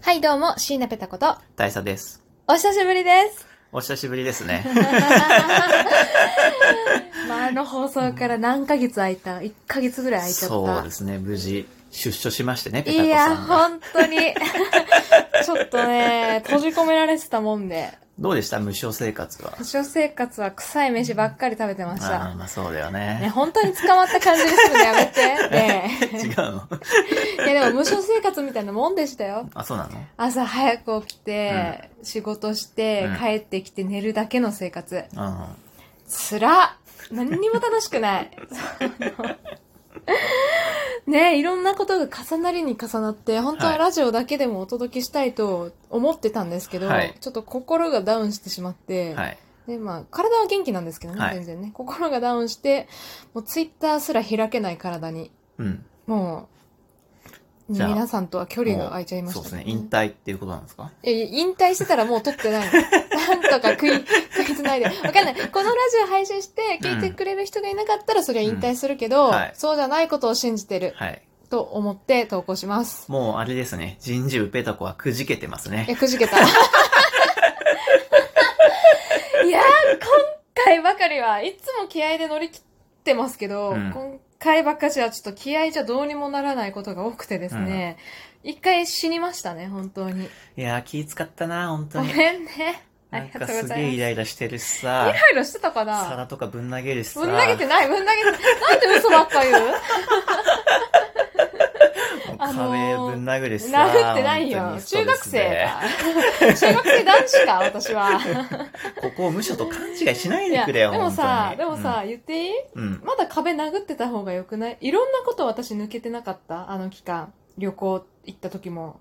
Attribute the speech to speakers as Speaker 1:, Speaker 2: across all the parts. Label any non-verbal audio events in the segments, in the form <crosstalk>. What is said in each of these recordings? Speaker 1: はい、どうも、椎名ペタこと、
Speaker 2: 大佐です。
Speaker 1: お久しぶりです。
Speaker 2: お久しぶりです
Speaker 1: <laughs>
Speaker 2: ね。
Speaker 1: まあ、あの放送から何ヶ月空いた ?1 ヶ月ぐらい空いちゃった。
Speaker 2: そうですね。無事、出所しましてね、ペ
Speaker 1: い
Speaker 2: タコ
Speaker 1: や、
Speaker 2: さんが。
Speaker 1: 本当 <laughs> に。ちょっとね、閉じ込められてたもんで、
Speaker 2: どうでした無償生活は。
Speaker 1: 私の生活は臭い飯ばっかり食べてまし
Speaker 2: ああ、
Speaker 1: た。
Speaker 2: まあそうだよ
Speaker 1: ね、
Speaker 2: ね。
Speaker 1: 本当に捕まった感じですのでやめ
Speaker 2: <laughs>
Speaker 1: て。ね
Speaker 2: 違うの
Speaker 1: えいや、でも無償生活みたいなもんでしたよ。
Speaker 2: あ、そうなの
Speaker 1: 朝早く起きて、仕事して
Speaker 2: う、ん
Speaker 1: 帰ってきて寝るだけの生活。
Speaker 2: うん。
Speaker 1: つらっ何にも楽しくない。 <laughs> ねえいろんなことが重なりに重なって、本当ははいラジオだけでもお届けしたいと思ってたんですけど、
Speaker 2: はい
Speaker 1: ちょっと心がダウンしてしまって、
Speaker 2: はい。
Speaker 1: で、まあ、体は元気なんですけどね、
Speaker 2: はい
Speaker 1: 全然ね。心がダウンして、もうツイッターすら開けない体に、
Speaker 2: うん。
Speaker 1: もう、
Speaker 2: じゃあ
Speaker 1: 皆さんとは距離が空いちゃいました
Speaker 2: そうですね。引退っていうことなんですか
Speaker 1: いやいや引退してたらもう撮って
Speaker 2: <laughs>
Speaker 1: ないの。なんとか食い、食いつないで。わかんない。このラジオ配信して聞いてくれる人がいなかったらそりゃ引退するけど、
Speaker 2: うんはい
Speaker 1: そうじゃないことを信じてる
Speaker 2: はい。
Speaker 1: と思って投稿します。
Speaker 2: もうあれですね。人事部ペタコはくじけてます
Speaker 1: い
Speaker 2: ね。
Speaker 1: や、くじけ
Speaker 2: <laughs>
Speaker 1: た。いやー、今回ばかりはいつも気合で乗り切ってますけど、
Speaker 2: うん
Speaker 1: 今回ばっかしはちょっと気合じゃどうにもならないことが多くてですね、一回死にましたね、本当に。
Speaker 2: いやー、気使ったな、本
Speaker 1: ご
Speaker 2: 当に。
Speaker 1: めんね。あ
Speaker 2: な
Speaker 1: り
Speaker 2: ん
Speaker 1: がと
Speaker 2: か
Speaker 1: うご
Speaker 2: す
Speaker 1: ざ
Speaker 2: げえ
Speaker 1: い
Speaker 2: イ
Speaker 1: ます。
Speaker 2: ライラしてるしさ
Speaker 1: イ、ライラしてたかな
Speaker 2: 皿とかぶん投げるしさ。
Speaker 1: ぶん投げてない、ぶん投げてない。なんで嘘ばっか言う
Speaker 2: もう
Speaker 1: あの
Speaker 2: 壁
Speaker 1: ー
Speaker 2: ぶん殴るしさ。
Speaker 1: 殴ってないよ
Speaker 2: 本当。に
Speaker 1: 中学
Speaker 2: ストレス
Speaker 1: 生
Speaker 2: で
Speaker 1: か。中学生男子か、私は。
Speaker 2: ここを無所と勘違いし <laughs> ない
Speaker 1: い
Speaker 2: で
Speaker 1: や、
Speaker 2: くれ
Speaker 1: で
Speaker 2: よ、
Speaker 1: もさ、
Speaker 2: 本当
Speaker 1: で
Speaker 2: に
Speaker 1: もさ、、言っていい
Speaker 2: うん。うん
Speaker 1: まだ壁殴ってた方が良くないいろんなこと私抜けてなかったあの期間。旅行行った時も。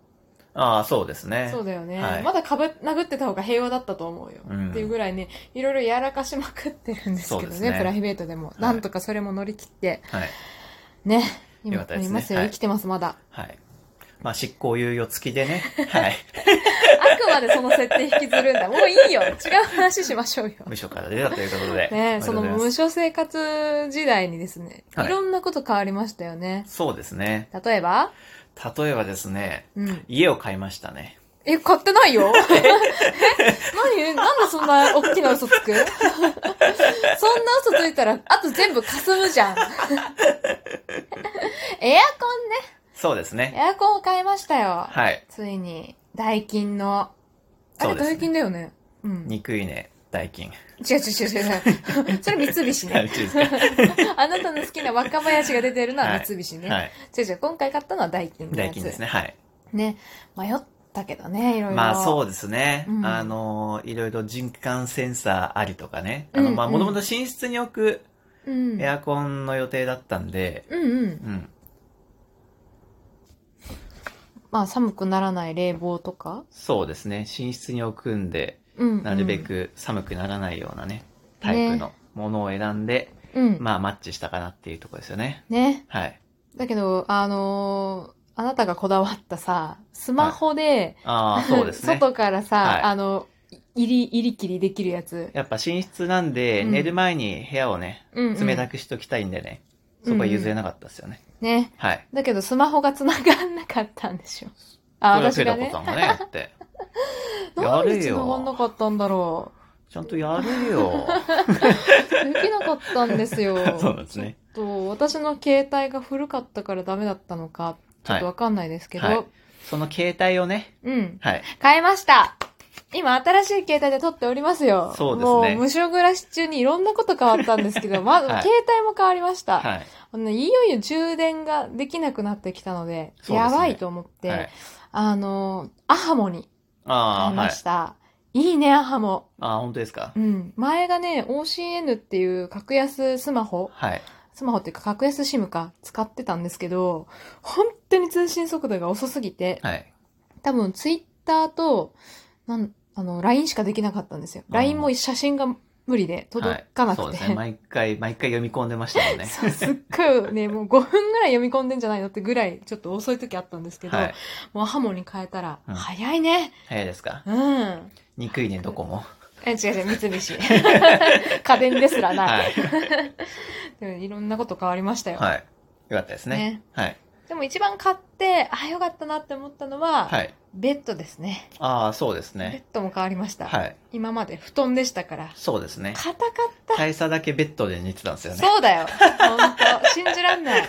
Speaker 2: ああ、そうですね。
Speaker 1: そうだよね。
Speaker 2: はい
Speaker 1: まだ壁殴ってた方が平和だったと思うよ。
Speaker 2: うん
Speaker 1: っていうぐらいね、いろいろやらかしまくってるんですけ
Speaker 2: そう
Speaker 1: ど
Speaker 2: です
Speaker 1: ね、
Speaker 2: ね
Speaker 1: プライベートでも。
Speaker 2: い
Speaker 1: なんとかそれも乗り切って、
Speaker 2: はい。
Speaker 1: ね。今、
Speaker 2: よかったですね
Speaker 1: いますよ。
Speaker 2: は
Speaker 1: 生
Speaker 2: い
Speaker 1: きてます、まだ。
Speaker 2: はい。まあ、執行猶予付き
Speaker 1: <laughs>
Speaker 2: でね。はい。
Speaker 1: あくまでその設定引きずるんだ。もういいよ。違う話しましょうよ。
Speaker 2: 無所から出たということで。あ
Speaker 1: ね
Speaker 2: りが
Speaker 1: そ
Speaker 2: とう
Speaker 1: の
Speaker 2: ござい
Speaker 1: 無
Speaker 2: ます
Speaker 1: 償生活時代にですね、
Speaker 2: はい
Speaker 1: いろんなこと変わりましたよね。
Speaker 2: そうですね。
Speaker 1: 例えば
Speaker 2: 例えばですね、
Speaker 1: うん。
Speaker 2: 家を買いましたね。
Speaker 1: え、買ってない
Speaker 2: <laughs>
Speaker 1: よえ何なんでそんな大きな嘘つく <laughs> そんな嘘ついたら、あと全部霞むじゃん。エ <laughs> アコンね。
Speaker 2: そうですね。
Speaker 1: エアコンを買いましたよ。
Speaker 2: はい。
Speaker 1: ついに、ダイキンの。あ
Speaker 2: そ
Speaker 1: れ、
Speaker 2: うです
Speaker 1: ダ
Speaker 2: ね
Speaker 1: イキンだよね。うん。違
Speaker 2: 憎いね、代金。
Speaker 1: う違う違う違う。それ三菱ね
Speaker 2: <laughs> はい。チーズか
Speaker 1: あなたの好きな若林が出てるのは三 <laughs> 菱ね。 <laughs>
Speaker 2: はい。
Speaker 1: 違う違う、今回買ったのはダイキンのや
Speaker 2: 代
Speaker 1: つ。
Speaker 2: 金ですね。はい。
Speaker 1: ね。迷ったけどね、いろいろ。。
Speaker 2: まあそううですね。
Speaker 1: うん
Speaker 2: あのー、いろいろ人感センサーありとかね。あの、まあ
Speaker 1: うん
Speaker 2: もともと寝室に置く
Speaker 1: うん。
Speaker 2: エアコンの予定だったんで、
Speaker 1: うんうん。
Speaker 2: うん。
Speaker 1: まあ寒くならない冷房とか。
Speaker 2: そうですね。寝室に置くんで、
Speaker 1: うん、うん。
Speaker 2: なるべ。く寒くならないようなね、タイプのものを選んで、
Speaker 1: うん。
Speaker 2: まあマッチしたかなっていうところですよね。
Speaker 1: ね。
Speaker 2: はい。
Speaker 1: だけど、あのーあなたがこだわったさ、スマホで、
Speaker 2: ああ、そうですね。
Speaker 1: 外からさ、
Speaker 2: はい
Speaker 1: あの、い入り、入り切りできるやつ。
Speaker 2: やっぱ寝室なんで、
Speaker 1: うん
Speaker 2: 寝る前に部屋をね、
Speaker 1: うん、うん。
Speaker 2: 冷たくしときたいんでね、そこは譲れなかったですよね。
Speaker 1: ね。
Speaker 2: はい。
Speaker 1: だけど、スマホが繋がんなかったんでしょ。あ、
Speaker 2: これは
Speaker 1: 私
Speaker 2: ペ
Speaker 1: が
Speaker 2: ダコ
Speaker 1: ね
Speaker 2: さ。んがね、やって。
Speaker 1: な
Speaker 2: や
Speaker 1: んで
Speaker 2: れ
Speaker 1: 繋がんな
Speaker 2: よ。
Speaker 1: かったんだろう。
Speaker 2: ちゃんとやれ
Speaker 1: <laughs>
Speaker 2: よ。。
Speaker 1: できなかったんですよ
Speaker 2: <laughs> そうなんですね。
Speaker 1: ちょっと、私の携帯が古かったからダメだったのか、ちょっとわかんないですけど、
Speaker 2: はいその携帯をね、
Speaker 1: うん。
Speaker 2: はい。
Speaker 1: 変えました今、新しい携帯で撮っておりますよ。
Speaker 2: そうですね
Speaker 1: もう、無償暮らし中にいろんなこと変わったんです
Speaker 2: <laughs>
Speaker 1: けど、まず、
Speaker 2: はい
Speaker 1: 携帯も変わりました、
Speaker 2: はい。
Speaker 1: あの。いよいよ充電ができなくなってきたので、
Speaker 2: そうです
Speaker 1: や
Speaker 2: ね
Speaker 1: ばいと思って、
Speaker 2: はい、
Speaker 1: あの、アハモに変
Speaker 2: あ
Speaker 1: え
Speaker 2: あ、は
Speaker 1: ま
Speaker 2: い。
Speaker 1: した。いいね、アハモ。
Speaker 2: ああ、本当ですか
Speaker 1: う。ん。前がね、OCN っていう格安スマホ
Speaker 2: はい。
Speaker 1: スマホっていうか格安 SIM か使ってたんですけど、本当に通信速度が遅すぎて、
Speaker 2: はい。
Speaker 1: 多分ツイッターと、なん、あの、LINE しかできなかったんですよ。
Speaker 2: うん
Speaker 1: LINE も写真が無理で届かな
Speaker 2: はい。そう
Speaker 1: く
Speaker 2: で
Speaker 1: て。
Speaker 2: すね。毎回、毎回読み込んでましたもん
Speaker 1: <laughs>
Speaker 2: ね。
Speaker 1: そうすっごいね、もう5分ぐらい読み込んでんじゃないのってぐらい、ちょっと遅い時あったんですけど、
Speaker 2: はい。
Speaker 1: もうハモに変えたら、
Speaker 2: うん
Speaker 1: 早いね。
Speaker 2: 早いですか
Speaker 1: うん。
Speaker 2: 憎いね、どこも。
Speaker 1: え違う違う、三
Speaker 2: <laughs>
Speaker 1: 菱。家電ですらない。
Speaker 2: はい。
Speaker 1: でもいろんなこと変わりましたよ。
Speaker 2: はい。よかったですね。
Speaker 1: ね
Speaker 2: はい。
Speaker 1: でも一番買って、あ、よかったなって思ったのは、
Speaker 2: はい。
Speaker 1: ベッドですね。
Speaker 2: ああ、そうです
Speaker 1: ベッ
Speaker 2: ね。
Speaker 1: ドも変わりました。
Speaker 2: はい。
Speaker 1: 今まで布団でしたから。
Speaker 2: そうですね。
Speaker 1: 硬かった。
Speaker 2: 大佐だけベッドで寝てたんですよね。
Speaker 1: そうだよ。本当信じらんない。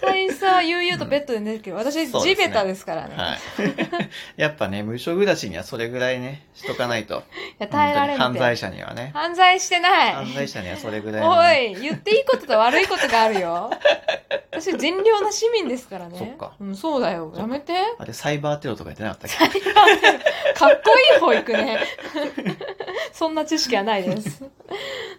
Speaker 1: 大佐は悠々とベッドで寝てるけど、私、
Speaker 2: そう
Speaker 1: 地
Speaker 2: ですね
Speaker 1: べたですからね。
Speaker 2: はい。 <laughs> やっぱね、無償暮らしにはそれぐらいね、しとかないと。
Speaker 1: い、や、耐えられんて。
Speaker 2: 本当に犯罪者にはね。
Speaker 1: 犯罪してない
Speaker 2: 犯。罪者にはそれぐらいの
Speaker 1: お
Speaker 2: ね、
Speaker 1: い、言っていいことと悪いことがあるよ。私、善良な市民ですからね。
Speaker 2: そっか
Speaker 1: うん、そうだよ。
Speaker 2: っか
Speaker 1: やめて。
Speaker 2: あれ、サイバーテロとか言ってなかったっけ
Speaker 1: かっこいい保育ね。
Speaker 2: <laughs>
Speaker 1: そんな知識はないです。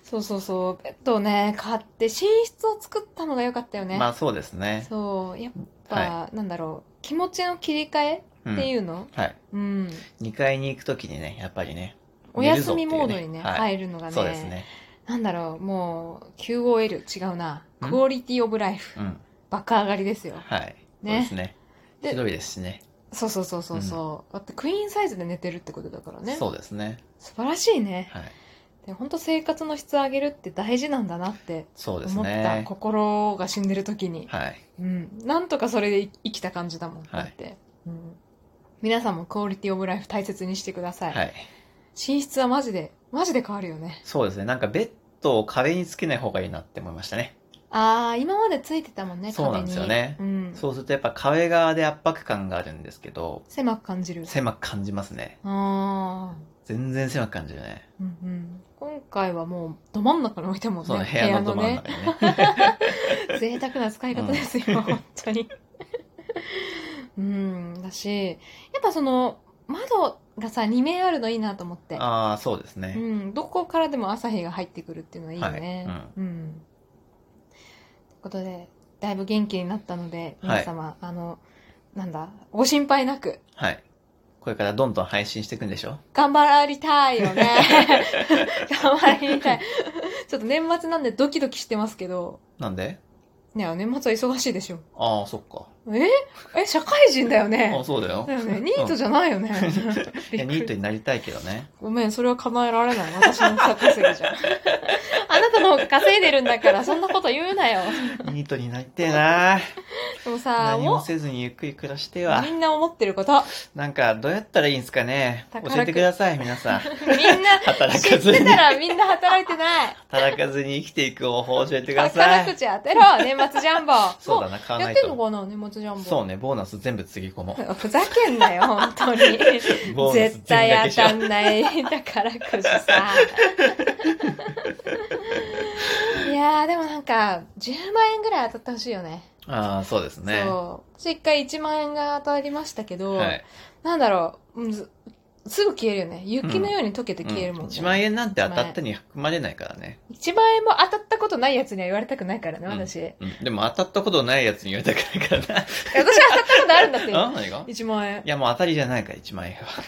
Speaker 1: そうそうそう。ベッドをね、買って、寝室を作ったのが良かったよね。
Speaker 2: まあそうですね。
Speaker 1: そう。やっぱ、
Speaker 2: は
Speaker 1: なんだろう。気持ちの切り替
Speaker 2: う
Speaker 1: え
Speaker 2: ん
Speaker 1: っていうの、
Speaker 2: はい。
Speaker 1: うん、
Speaker 2: 2階に行くときにね、やっぱりね。
Speaker 1: お
Speaker 2: 寝るぞ
Speaker 1: 休みモード
Speaker 2: って
Speaker 1: に
Speaker 2: いう
Speaker 1: ね、
Speaker 2: はい。
Speaker 1: 入るのがね。
Speaker 2: そうですね。
Speaker 1: なんだろう、もう、QOL 違うな。
Speaker 2: ん
Speaker 1: クオリティオブライフ
Speaker 2: う。ん。
Speaker 1: 爆上がりですよ。
Speaker 2: はい。そう
Speaker 1: ね
Speaker 2: ですね。
Speaker 1: で
Speaker 2: ひどいですしね。
Speaker 1: そうそうそうそうそう。だってクイーンサイズで寝てるってことだからね。
Speaker 2: そうですね。
Speaker 1: 素晴らしいね。
Speaker 2: はい。
Speaker 1: で本当生活の質上げるって大事なんだなって
Speaker 2: そうです
Speaker 1: 思った
Speaker 2: ね。
Speaker 1: 心が死んでる時に、
Speaker 2: はい。
Speaker 1: うん、なんとかそれで生きた感じだもん、
Speaker 2: はい
Speaker 1: だって、うん、皆さんもクオリティオブライフ大切にしてください、
Speaker 2: はい。
Speaker 1: 寝室はマジでマジで変わるよね
Speaker 2: そうですね。なんかベッドを壁につけない方がいいなって思いましたね。
Speaker 1: ああ今までついてたもんね
Speaker 2: そうなんですよね
Speaker 1: 壁にうん、
Speaker 2: そうするとやっぱ壁側で圧迫感があるんですけど、
Speaker 1: 狭く感じる
Speaker 2: 狭く感じますね。
Speaker 1: ああ
Speaker 2: 全然狭く感じるね。
Speaker 1: うんうん、今回はもうど真ん中に置いたもんね
Speaker 2: その部屋のど
Speaker 1: 部
Speaker 2: 真ん
Speaker 1: ね
Speaker 2: 中にね。
Speaker 1: 贅沢な使い方ですよ、本当に。 <laughs> うん、だし、やっぱその、窓がさ、2面あるのいいなと思って。
Speaker 2: <laughs> ああ、そうです
Speaker 1: う
Speaker 2: ね。
Speaker 1: ん、どこからでも朝日が入ってくるっていうのはいいよね。
Speaker 2: はい
Speaker 1: うん。ということで、だいぶ元気になったので、皆様、あの、なんだ、ご心配なく、
Speaker 2: はい。これからどんどん配信していくんでしょ
Speaker 1: 頑張りたいよ
Speaker 2: <laughs>
Speaker 1: ね。頑張りたい。ちょっと年末なんでドキドキしてますけど、
Speaker 2: なんで
Speaker 1: ね、年末は忙しいでしょ。
Speaker 2: ああ、そっか。
Speaker 1: ええ、社会人だよね。
Speaker 2: ああ、そうだよ。
Speaker 1: だよね。ニートじゃないよね。
Speaker 2: <laughs> いや、ニート
Speaker 1: びっくり
Speaker 2: になりたいけどね。
Speaker 1: ごめん、それは叶えられない。私の差稼ぎじ
Speaker 2: <laughs>
Speaker 1: ゃん。あなたの方が稼いでるんだから、そんなこと言うなよ。
Speaker 2: ニートになりてえな
Speaker 1: でもさ、
Speaker 2: 何も
Speaker 1: も
Speaker 2: せずにゆっくり暮らして
Speaker 1: う、
Speaker 2: は
Speaker 1: み。んな思ってること。
Speaker 2: なんか、どうやったらいいんですかね
Speaker 1: 宝く
Speaker 2: 教えてください、皆
Speaker 1: <laughs>
Speaker 2: さん。
Speaker 1: みんな、
Speaker 2: 働
Speaker 1: 知
Speaker 2: か
Speaker 1: っ
Speaker 2: ず
Speaker 1: て
Speaker 2: に
Speaker 1: た、らみんな働いてない。
Speaker 2: 働かずに生きていく方法を教えてくださ
Speaker 1: 宝く
Speaker 2: い。
Speaker 1: じ当てろ、年末ジャンボ。
Speaker 2: そうだな、
Speaker 1: も
Speaker 2: 買わ
Speaker 1: う
Speaker 2: な
Speaker 1: や
Speaker 2: い
Speaker 1: ってんの
Speaker 2: と。
Speaker 1: かな、年末ジャンボ。
Speaker 2: そうね、ボーナス全部つぎ込もう。
Speaker 1: ふざけんなよ、本当に。 <laughs>
Speaker 2: ボーナス
Speaker 1: 絶対当たんない宝くじ
Speaker 2: <laughs>
Speaker 1: さ。いやー、でもなんか、10万円ぐらい当たってほしいよね。
Speaker 2: ああ、そうですね。
Speaker 1: そう。私一回1万円が当たりましたけど、
Speaker 2: はい。
Speaker 1: なんだろう、うんずすぐ消えるよね。雪のように溶けて消えるもんね。
Speaker 2: 1万円なんて当たったに含まれないからね。
Speaker 1: 1万円も当たったことないやつには言われたくないからね、
Speaker 2: うん
Speaker 1: 私。私
Speaker 2: うん、でも当たったことないやつに言われたくないから
Speaker 1: 当たったことあるんだって。<laughs>
Speaker 2: <laughs> な。あ何がい
Speaker 1: 1万円。
Speaker 2: や、もう当たりじゃないから、1万円は。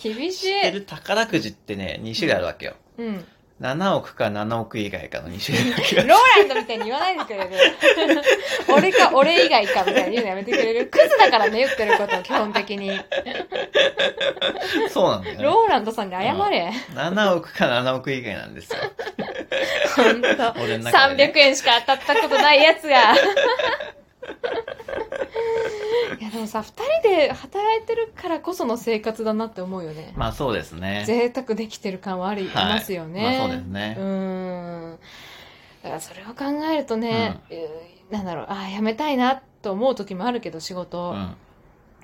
Speaker 1: 厳し
Speaker 2: 知って
Speaker 1: い。
Speaker 2: る宝くじってね、2種類あるわけよ。
Speaker 1: うん。
Speaker 2: 7億か7億以外かの2種類あるわけ
Speaker 1: ロー
Speaker 2: よ。
Speaker 1: ランドみたいに言わないでくれる
Speaker 2: <laughs>
Speaker 1: 俺か俺以外かみたいに言うのやめてくれるクズだからね、言ってること、基本的に。
Speaker 2: そうなんだ
Speaker 1: <laughs>
Speaker 2: よ、
Speaker 1: ローランドさんに謝れ。
Speaker 2: ね。7億か7億以外なんですよ。
Speaker 1: ほんと。
Speaker 2: <laughs> 俺の中で、
Speaker 1: 300
Speaker 2: ね。
Speaker 1: 円しか当たったことないやつが。いやでもさ、二人で働いてるからこその生活だなって思うよね。
Speaker 2: まあそうですね。
Speaker 1: 贅沢できてる感はあり、
Speaker 2: はい
Speaker 1: ありますよね。
Speaker 2: まあそうですね
Speaker 1: うーん。だからそれを考えるとね、えーなんだろう、ああ、やめたいなと思う時もあるけど、仕事、
Speaker 2: うん。あ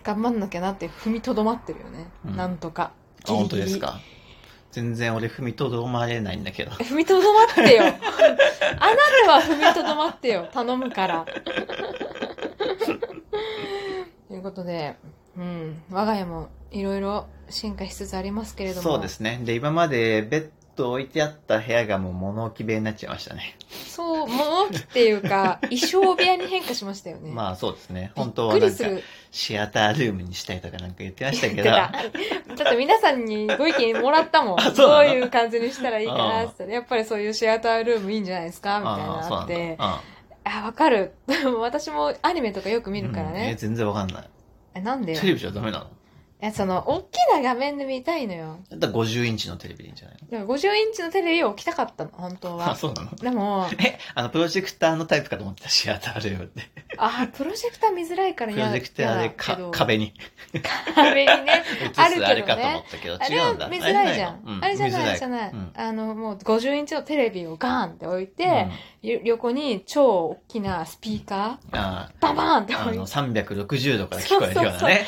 Speaker 1: 頑張んなきゃなって踏みとどまってるよね。
Speaker 2: うん
Speaker 1: なんとか。ギリギリ
Speaker 2: 本当ですか。全然俺踏みとどまれないんだけど。
Speaker 1: 踏みとどまってよ。あな <laughs> たは踏みとどまってよ。頼むから。ということで、うん、我が家もいろいろ進化しつつありますけれども。
Speaker 2: そうで。すね。で、今までベッド置いてあった部屋がもう物置部屋になっちゃいましたね。
Speaker 1: そう、物置っていうか、衣装部屋に変化しましたよね。
Speaker 2: まあそうですね。
Speaker 1: びっ
Speaker 2: 本当
Speaker 1: く
Speaker 2: はな
Speaker 1: り
Speaker 2: ん
Speaker 1: す
Speaker 2: か
Speaker 1: る。
Speaker 2: シアタールームにしたいとかなんか言ってましたけど、
Speaker 1: だだって皆さんにご意見もらったもん。
Speaker 2: <laughs> あそう
Speaker 1: ど
Speaker 2: な
Speaker 1: う
Speaker 2: の
Speaker 1: いう感じにしたらいいかな
Speaker 2: あ
Speaker 1: って言ったらやっぱりそういうシアタールームいいんじゃないですかみたい
Speaker 2: ああ、
Speaker 1: な
Speaker 2: そう
Speaker 1: のあ
Speaker 2: な
Speaker 1: っ
Speaker 2: んだ。
Speaker 1: て。
Speaker 2: うん
Speaker 1: あ、わかる。私もアニメとかよく見るから
Speaker 2: うんえ
Speaker 1: ね。
Speaker 2: 全然わかんない。
Speaker 1: えなんでよ
Speaker 2: テレビじゃダメなの
Speaker 1: え、その、大きな画面で見たいのよ。
Speaker 2: だったら50インチのテレビでいいんじゃない
Speaker 1: でも50インチのテレビを置きたかったの、本当
Speaker 2: のあ、
Speaker 1: は。
Speaker 2: そうなの
Speaker 1: でも、
Speaker 2: え、あの、プロジェクターのタイプかと思ってたシアターレオって。
Speaker 1: あ、プロジェクター見づらいから
Speaker 2: プ
Speaker 1: 嫌
Speaker 2: ロ
Speaker 1: だ
Speaker 2: ジェクターで
Speaker 1: 嫌だけ
Speaker 2: か
Speaker 1: ど
Speaker 2: 壁に
Speaker 1: 壁にね。
Speaker 2: 映す
Speaker 1: あるけどね
Speaker 2: あれかと思ったけど、
Speaker 1: あれ
Speaker 2: <laughs> 違うんだ。
Speaker 1: は見づらいじゃん。あれじゃない、あれじゃない。
Speaker 2: うん
Speaker 1: あの、もう50インチのテレビをガーンって置い
Speaker 2: うん
Speaker 1: て、よ横に超大きなスピーカ
Speaker 2: あ
Speaker 1: ー、ババーンって
Speaker 2: あ、あ
Speaker 1: 置いて
Speaker 2: の、。360度から聞こえるようなね。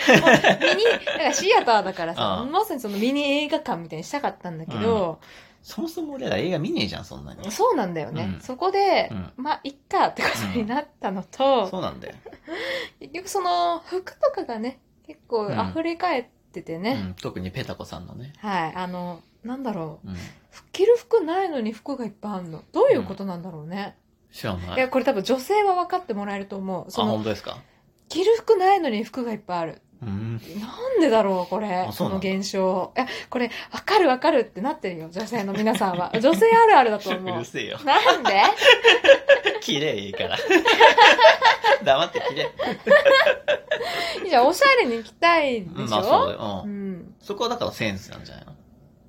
Speaker 1: もう <laughs> ミニ、だからシアターだからさ、
Speaker 2: うん
Speaker 1: まさにそのミニ映画館みたいにしたかったんだけど、
Speaker 2: そもそも俺ら映画見ねえじゃん、そんなに。
Speaker 1: そうなんだよね。
Speaker 2: うん
Speaker 1: そこで、
Speaker 2: うん
Speaker 1: まあ、いっかってことになったのと、
Speaker 2: そうなんだよ。
Speaker 1: 結局その服とかがね、結構
Speaker 2: うん
Speaker 1: 溢れ返ってて
Speaker 2: う
Speaker 1: ね、
Speaker 2: ん特にペタコさんのね。
Speaker 1: はい、あの、なんだろ
Speaker 2: うん
Speaker 1: う、着る服ないのに服がいっぱいあるの。どういうことなんだろうね。
Speaker 2: 知ら
Speaker 1: い
Speaker 2: ない。あ、
Speaker 1: や、これ多分女性は分かってもらえると思う。その、
Speaker 2: 本当ですか
Speaker 1: 着る服ないのに服がいっぱいある。
Speaker 2: うん。
Speaker 1: なんでだろう、これ。
Speaker 2: あそ
Speaker 1: そう
Speaker 2: な
Speaker 1: の
Speaker 2: んだ
Speaker 1: 現象。いや、これ、わかるわかるってなってるよ、女性の皆さん
Speaker 2: <laughs>
Speaker 1: は。女性あるあるだと
Speaker 2: う
Speaker 1: 思
Speaker 2: る
Speaker 1: う。
Speaker 2: <laughs> せえよ。
Speaker 1: なんで
Speaker 2: 綺麗いいから。 <laughs> 黙って綺麗。
Speaker 1: いや、おしゃれに着たいでしょ、
Speaker 2: まあそうだよ。
Speaker 1: う
Speaker 2: うん
Speaker 1: ん。
Speaker 2: そこはだからセンスなんじゃないの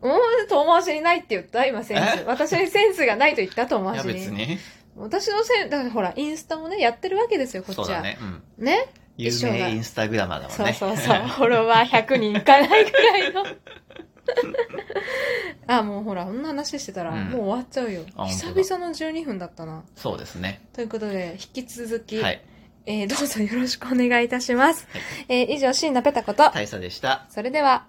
Speaker 1: うん、遠回しにないって言った今、センス
Speaker 2: え。
Speaker 1: 私にセンスがないと言った遠
Speaker 2: い
Speaker 1: 回
Speaker 2: や
Speaker 1: し
Speaker 2: 別
Speaker 1: に。
Speaker 2: に。
Speaker 1: 私のせい、だからほら、インスタもね、やってるわけですよ、こっち
Speaker 2: そ
Speaker 1: は。
Speaker 2: うだね。うん。
Speaker 1: ね
Speaker 2: 有
Speaker 1: 一緒だ
Speaker 2: 名インスタグラマーだもん
Speaker 1: そう
Speaker 2: ね。
Speaker 1: そうそう。フォロワー100人いかないぐらい
Speaker 2: <laughs>
Speaker 1: の。あ、もうほら、こんな話してたら、
Speaker 2: うん
Speaker 1: もう終わっちゃうよ。
Speaker 2: あ
Speaker 1: 久
Speaker 2: 本当だ
Speaker 1: 々の12分だったな。
Speaker 2: <laughs> そうですね。
Speaker 1: ということで、引き続き、
Speaker 2: はい。
Speaker 1: えーどうぞよろしくお願いいたします。
Speaker 2: はい
Speaker 1: えー以上、椎名ペタこと、
Speaker 2: 大佐でした。
Speaker 1: それでは、